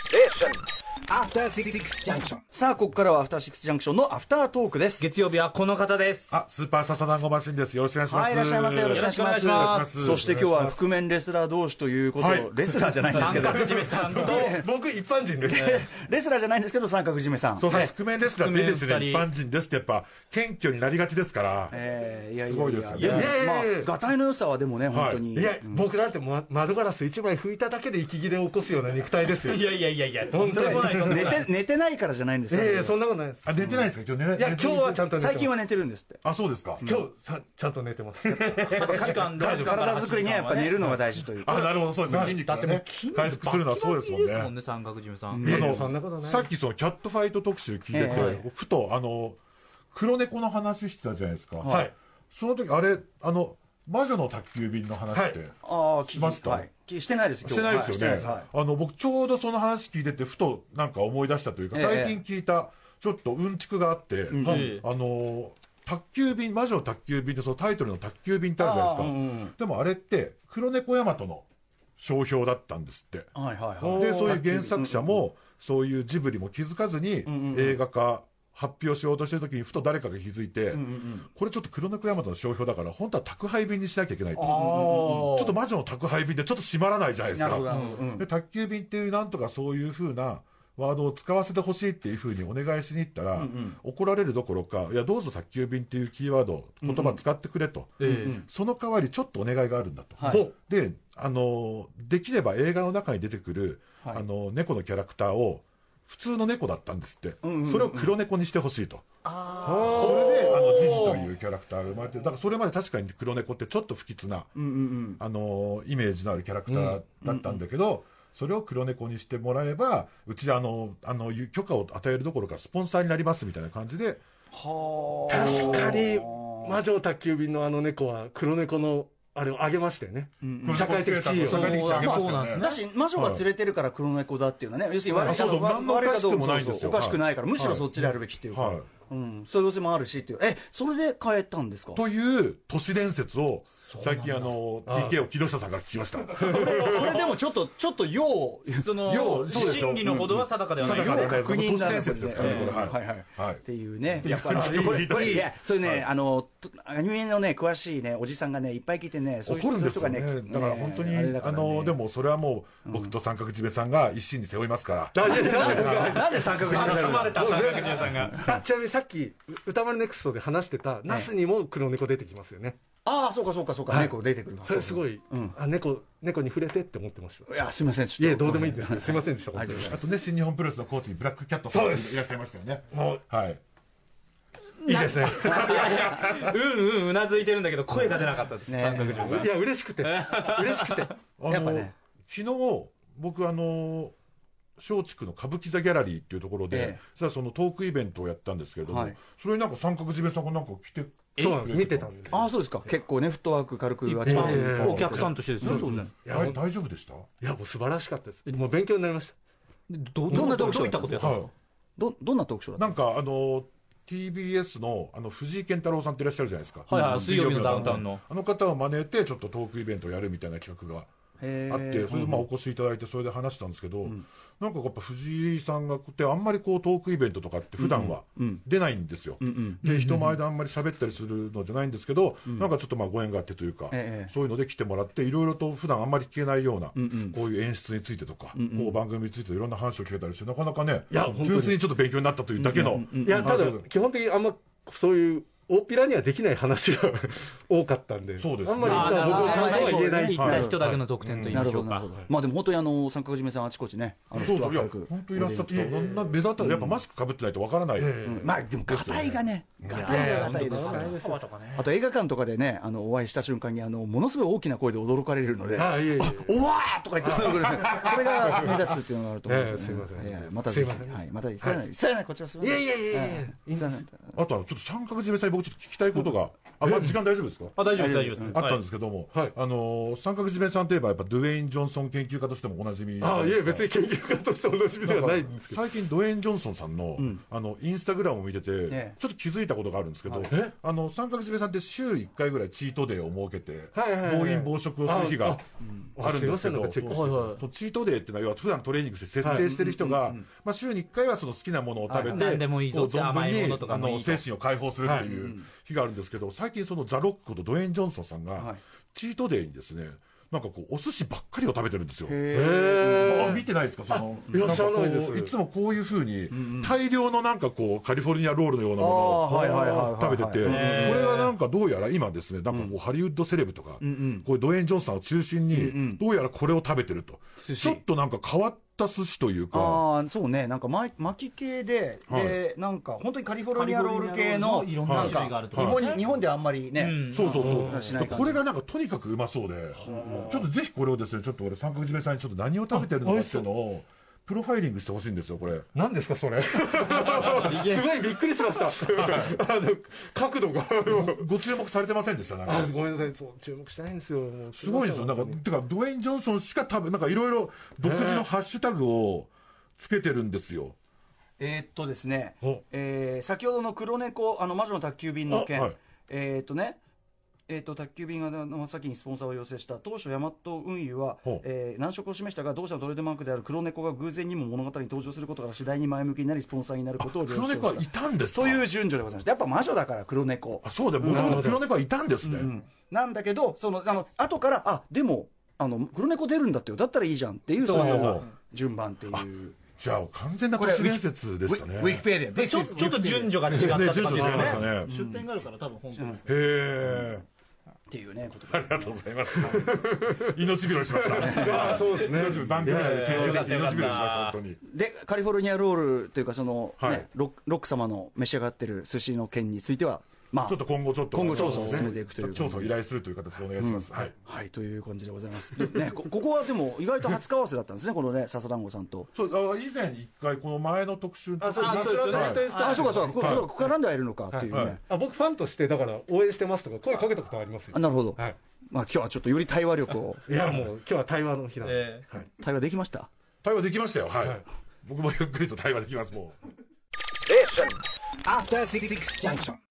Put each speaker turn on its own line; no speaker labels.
Station.
さあ、ここからはアフターシックスジャンクションのアフタートークです。
月曜日はこの方です。
あ、スーパーササダンゴマシンです。よろしくお願いします。
はい、いらっしゃいませ。よろしくお願いします。
よろしくお願いします
そして今日は覆面レスラー同士ということ、
はい
レスラーじゃないんですけ ど、
三角締めさんと。
僕一般人ですね。
レスラーじゃないんですけど、三角締めさん。
そうそう、覆面ですから、
覆面
ね、ですね、
二
一
人
般人ですってやっぱ、謙虚になりがちですから。
えーいやいや
すごいですよね
でも、
いやい
まあ
やいや、
がたいの良さはでもね、本当に。
いや、僕なんてま窓ガラス一枚拭いただけで息切れを起こすような肉体ですよ。
い
い
やいやいやいや、とんで
それ
もないとんで
寝
もない。
て寝てないからじゃないんですよ、
やいや、そんなことないです。
あ、寝てないですか今日寝ない
いや、今日はちゃんと寝てます。
最近は寝てるんですって。
あ、そうですか。
今日さ、ちゃんと寝て ます。
8時 間、6時間から
体作りにはやっぱ寝るのが大事というか。
あ、なるほど、そうです。筋肉がね、回復するのはそうですもん
ですもん
ね。
ね、三角締めさん。
あの
そんなことない
さっきそのキャットファイト特集聞いてて、ふと、あの、黒猫の話してたじゃないですか。
はい。
その時、あれ、あの、魔女の宅急便の話って。
あー聞き
しました
はい聞きしてないです、今
し
日
てない
は
ですよね、
いしてないですはい
あの僕ちょうどその話聞いててふとなんか思い出したというか、
ええ
最近聞いたちょっとうんちくがあって、
ええ
あの宅急便魔女宅急便ってそのタイトルの宅急便ってあるじゃないです
あ
か、
あうんうん
でもあれって黒猫大和の商標だったんですって
はいはいはい。
でそういう原作者もそういうジブリも気づかずに映画化発表しようとしてる時にふと誰かが気づいて、これちょっと黒猫大和の商標だから本当は宅配便にしなきゃいけないとちょっと魔女の宅配便でちょっと閉まらないじゃないです
なる
か
ほど、なるほど。うん
で宅急便っていうなんとかそういうふうなワードを使わせてほしいっていうふうにお願いしに行ったら、怒られるどころか「いやどうぞ宅急便っていうキーワード言葉使ってくれと」その代わりちょっとお願いがあるんだと、
はい
であのできれば映画の中に出てくる、
はい
あの猫のキャラクターを普通の猫だったんですって、それを黒猫にしてほしいと。それであのジジというキャラクターが生まれてだからそれまで確かに黒猫ってちょっと不吉な、あのイメージのあるキャラクターだったんだけど、それを黒猫にしてもらえばうちあのあの許可を与えるどころかスポンサーになりますみたいな感じで
確かに、魔女宅急便のあの猫は、黒猫の、あれをあげましたよね。社会的地位を。
社会的地位上げました
そうな
よ
んです
ね
ね
だし、魔女が連れてるから黒猫だっていうのはね、要するに悪い
あそうそう
わ
何のおかしくもないんですよ
悪いかどうかそうそうおかしくないから、むしろそっちでやるべきっていうか、
はい
うん、そういう要請もあるしっていう、え、それで変えたんですか
という都市伝説を最近あの TK を木下さんから聞きました
これこれでもちょっと、ちょっと要、その、
要そうでしょ
真偽のほどは定かではない
定
け
か
ど
ではないです
確認
都市伝説ですからね
な
こ
ん
れ
だ
はい
はい
はい
っていうね、
い
やっぱり、
いや
これ、これいや、そういうね、
はい
あの、とアニメのね、詳しいね、おじさんがね、いっぱい聞いてね、そういう
怒るんですよね
そういう人
だから本当に、
ね
あ
れだからね
のでもそれはもう僕と三角締めさんが一心に背負いますから、
あいやいや なんで
なんで三角締めされ
挟
る
まれ
の
た三角締めさんが。
あちなみにさっき、う歌丸ネクストで話してた、ナスにも黒猫出てきますよね。
ああ、そうかそうかそうか、猫出てくるわ
それすごい、あ、猫、猫に触れてって思ってました。
いや、すみません、ちょっと。
いえ、どうでもいいんですよ。すいませんでした、
はい
本当に。
あとね新日本プロレスのコーチにブラックキャットさんがいらっしゃいましたよね
もう、
はい
いいですね。
うんうん、うなずいてるんだけど、声が出なかったです。
ね
三角締めさん
い。や、嬉しくて。嬉しくて。
あの
やっぱね
昨日僕あの松竹の歌舞伎座ギャラリーっていうところで、
ええ
実はそのトークイベントをやったんですけれども、
はい
それになんか三角締めさんがなんか来て
そうなんです。見てたんです。
ああ、そうですか。結構ね、フットワーク軽くあち
一
こちに
ええ
般お客さんとしてですよ。
え大大丈夫でした
いや、もう素晴らしかったです。もう勉強になりまし
ど
どど
ん
ん
な
な
ト
ど
ー
う
クショー
いったことやったんです
は
か
ど、どんなトークショー
い
だっ
なんかあの TBS のあの藤井健太郎さんっていらっしゃるじゃないですか、
はいはい水曜日のダウンタウンの
あの方を招いてちょっとトークイベントをやるみたいな企画が
たへえ
あって、それでまあお越しいただいて、それで話したんですけど、なんかやっぱ藤井さんがって、あんまりこうトークイベントとかって、普段は出ないんですよ、で人前であんまり喋ったりするのじゃないんですけど、なんかちょっとまあご縁があってというか、
ええ
そういうので来てもらって、いろいろと普段あんまり聞けないような、こういう演出についてとか、こう番組についていろんな話を聞けたりして、なかなかね、
いや本当に
純粋にちょっと勉強になったというだけの、
た。いや、ただ、基本的にあんま、そういう、大っぴらにはできない話が 多かったんで。
そうですね
あんまり、だから僕の感想は言えない。
行った人だけの得点と言い
な
ま
る
しょ
ほど、な
う
る
か
ほ。ど。まあでも本当にあの、三角締めさんあちこちね、あの、フ
そ
ッ
う
ト
そ
ワー
う、い
ク
や
軽く、。
本当いらっしゃってた、そんな目立った、やっぱマスクかぶってないとわからない。
まあでも、ガタイがね、ガタイがガタイですから。あと映画館とかでね、あの、お会いした瞬間に、あの、ものすごい大きな声で驚かれるので、
あ、いえいえ。
おわーとか言ってくるそれが目立つっていうのがあると思うんですよね
ええすいません
いやいやまたぜひ、はい、また、そうやない、そうやない、こっちはすみません。
いやいやいやいや
ええすいません。
あとはちょっと三角締めさんに僕ちょっと聞きたいことが、あ、まあ、時間大丈夫ですか
あ、大丈夫です、大丈夫です。。
あったんですすけども、
はい
あのー三角締めさんといえば、やっぱドゥエイン・ジョンソン研究家としてもおなじみ
ああいえ別に研究家としておなじみではないんですけど
最近、ドウェイン・ジョンソンさんの,、あのインスタグラムを見てて、
え
ちょっと気づいたことがあるんですけど、
え
あの三角締めさんって週1回ぐらいチートデーを設けて、
はいはいはい
暴飲暴食をする日
あ
が
あ
あるんですけど、
あすいませんなんかチェックして
はいはい
とチートデーっていうのは、要は普段トレーニングして節制してる人が、まあ、週に1回はその好きなものを食べ
はい
て、
何でもいいぞ
こう存分
甘いも
に
のとか
あ
もいいと
の精神を解放するっていう日があるんですけど、最近、そのザ・ロックことドウェイン・ジョンソンさんが、
はい
チートデーにですね、なんかこう、お寿司ばっかりを食べてるんですよ。
え
あ
ー
見てないですか、その
いらっしゃらないです
んかこういつもこういうふうに、大量のなんかこう、カリフォルニアロールのようなもの
あーはいはいはいはいは
を
い
食べてて、こ
へー
れはなんかどうやら今ですね、なんかこう、ハリウッドセレブとか、こういうドウェイン・ジョンソンを中心に、どうやらこれを食べてると、
寿司
ちょっとなんか変わった寿司というか、
ああそうねなんかま巻き系で、
はい
でなんか本当にカリフォルニアロール系の
カリフォルニアロールのいろんな
なん
種
か
類がある
日
と
本に日本ではあんまりね、
うん
そうそうそう
あーしない感じ
これがなんかとにかくうまそうで、ちょっとぜひこれをですね、ちょっと俺、三角締めさんにちょっと何を食べてるのかっていうのを、プロファイリングしてほしいんですよ、これ。
何ですか それすごいびっくりしましたあの角度が
ご注目されてませんでした、なんか
あごめんなさいそう注目してないんですよもう
すごいですよ、なんか、てか、ドウェイン・ジョンソンしか多分、なんかいろいろ独自のハッシュタグをつけてるんですよ。
えーっとですね
お、
えー先ほどの黒猫、あの魔女の宅急便の件、
あはい
えーっとね、えーっと宅急便が真っ先にスポンサーを要請した当初、ヤマト運輸は
ほう、
えー難色を示したが、同社のトレードマークである黒猫が偶然にも物語に登場することから次第に前向きになり、スポンサーになることを了承
黒
し
猫はい
た。
たんですか
そういう順序でございました。やっぱ魔女だから黒猫。
あ、そうだ、もともと黒猫はいたんですね。
うんなんだけど、そのあの後から、あでもあの黒猫出るんだってよ、だったらいいじゃんっていう、
そう
そ
そうそう
の順番っていう。
じゃあ、完全な都市伝説でしたね。へ
ペディア
でちょちょっと順序が違ったって感じですよ
ね
ね
順序違いまし
出店があるから多分本当です
え。
っていうね、ことで
ありがとうございます。 命拾いしました。
あそうですね
大丈夫番組内で訂正できて
よ
命
かった
拾いしました、本当に。
でカリフォルニアロールというかその、ね
はい
ロックロック様の召し上がってる寿司の件についてはまあ
ちょっと今後ちょっと、
今後調査
あ
を
の
進めていくという
調査を依頼するという形でお願いします。はい。
はいという感じでございます、ね、こ ここはでも意外と初顔合わせだった んですねこのね笹団子さんと
そう、あ以前一回、この前の特集
あそう
あ
ナス
そうで
ラ
すよね
とハイテンスタ
あそうかそうかここ,、
はい
ここからんではいるのかっていうね、
はい
あ僕ファンとしてだから応援してますとか声かけたことありますよ
あなるほど、
はい
まあ今日はちょっとより対話力を
いやもう今日は対話の日なんで、
ええ
対話できました
対話できましたよ、はい。
はい
僕もゆっくりと対話できます、もう。
After Six Junction.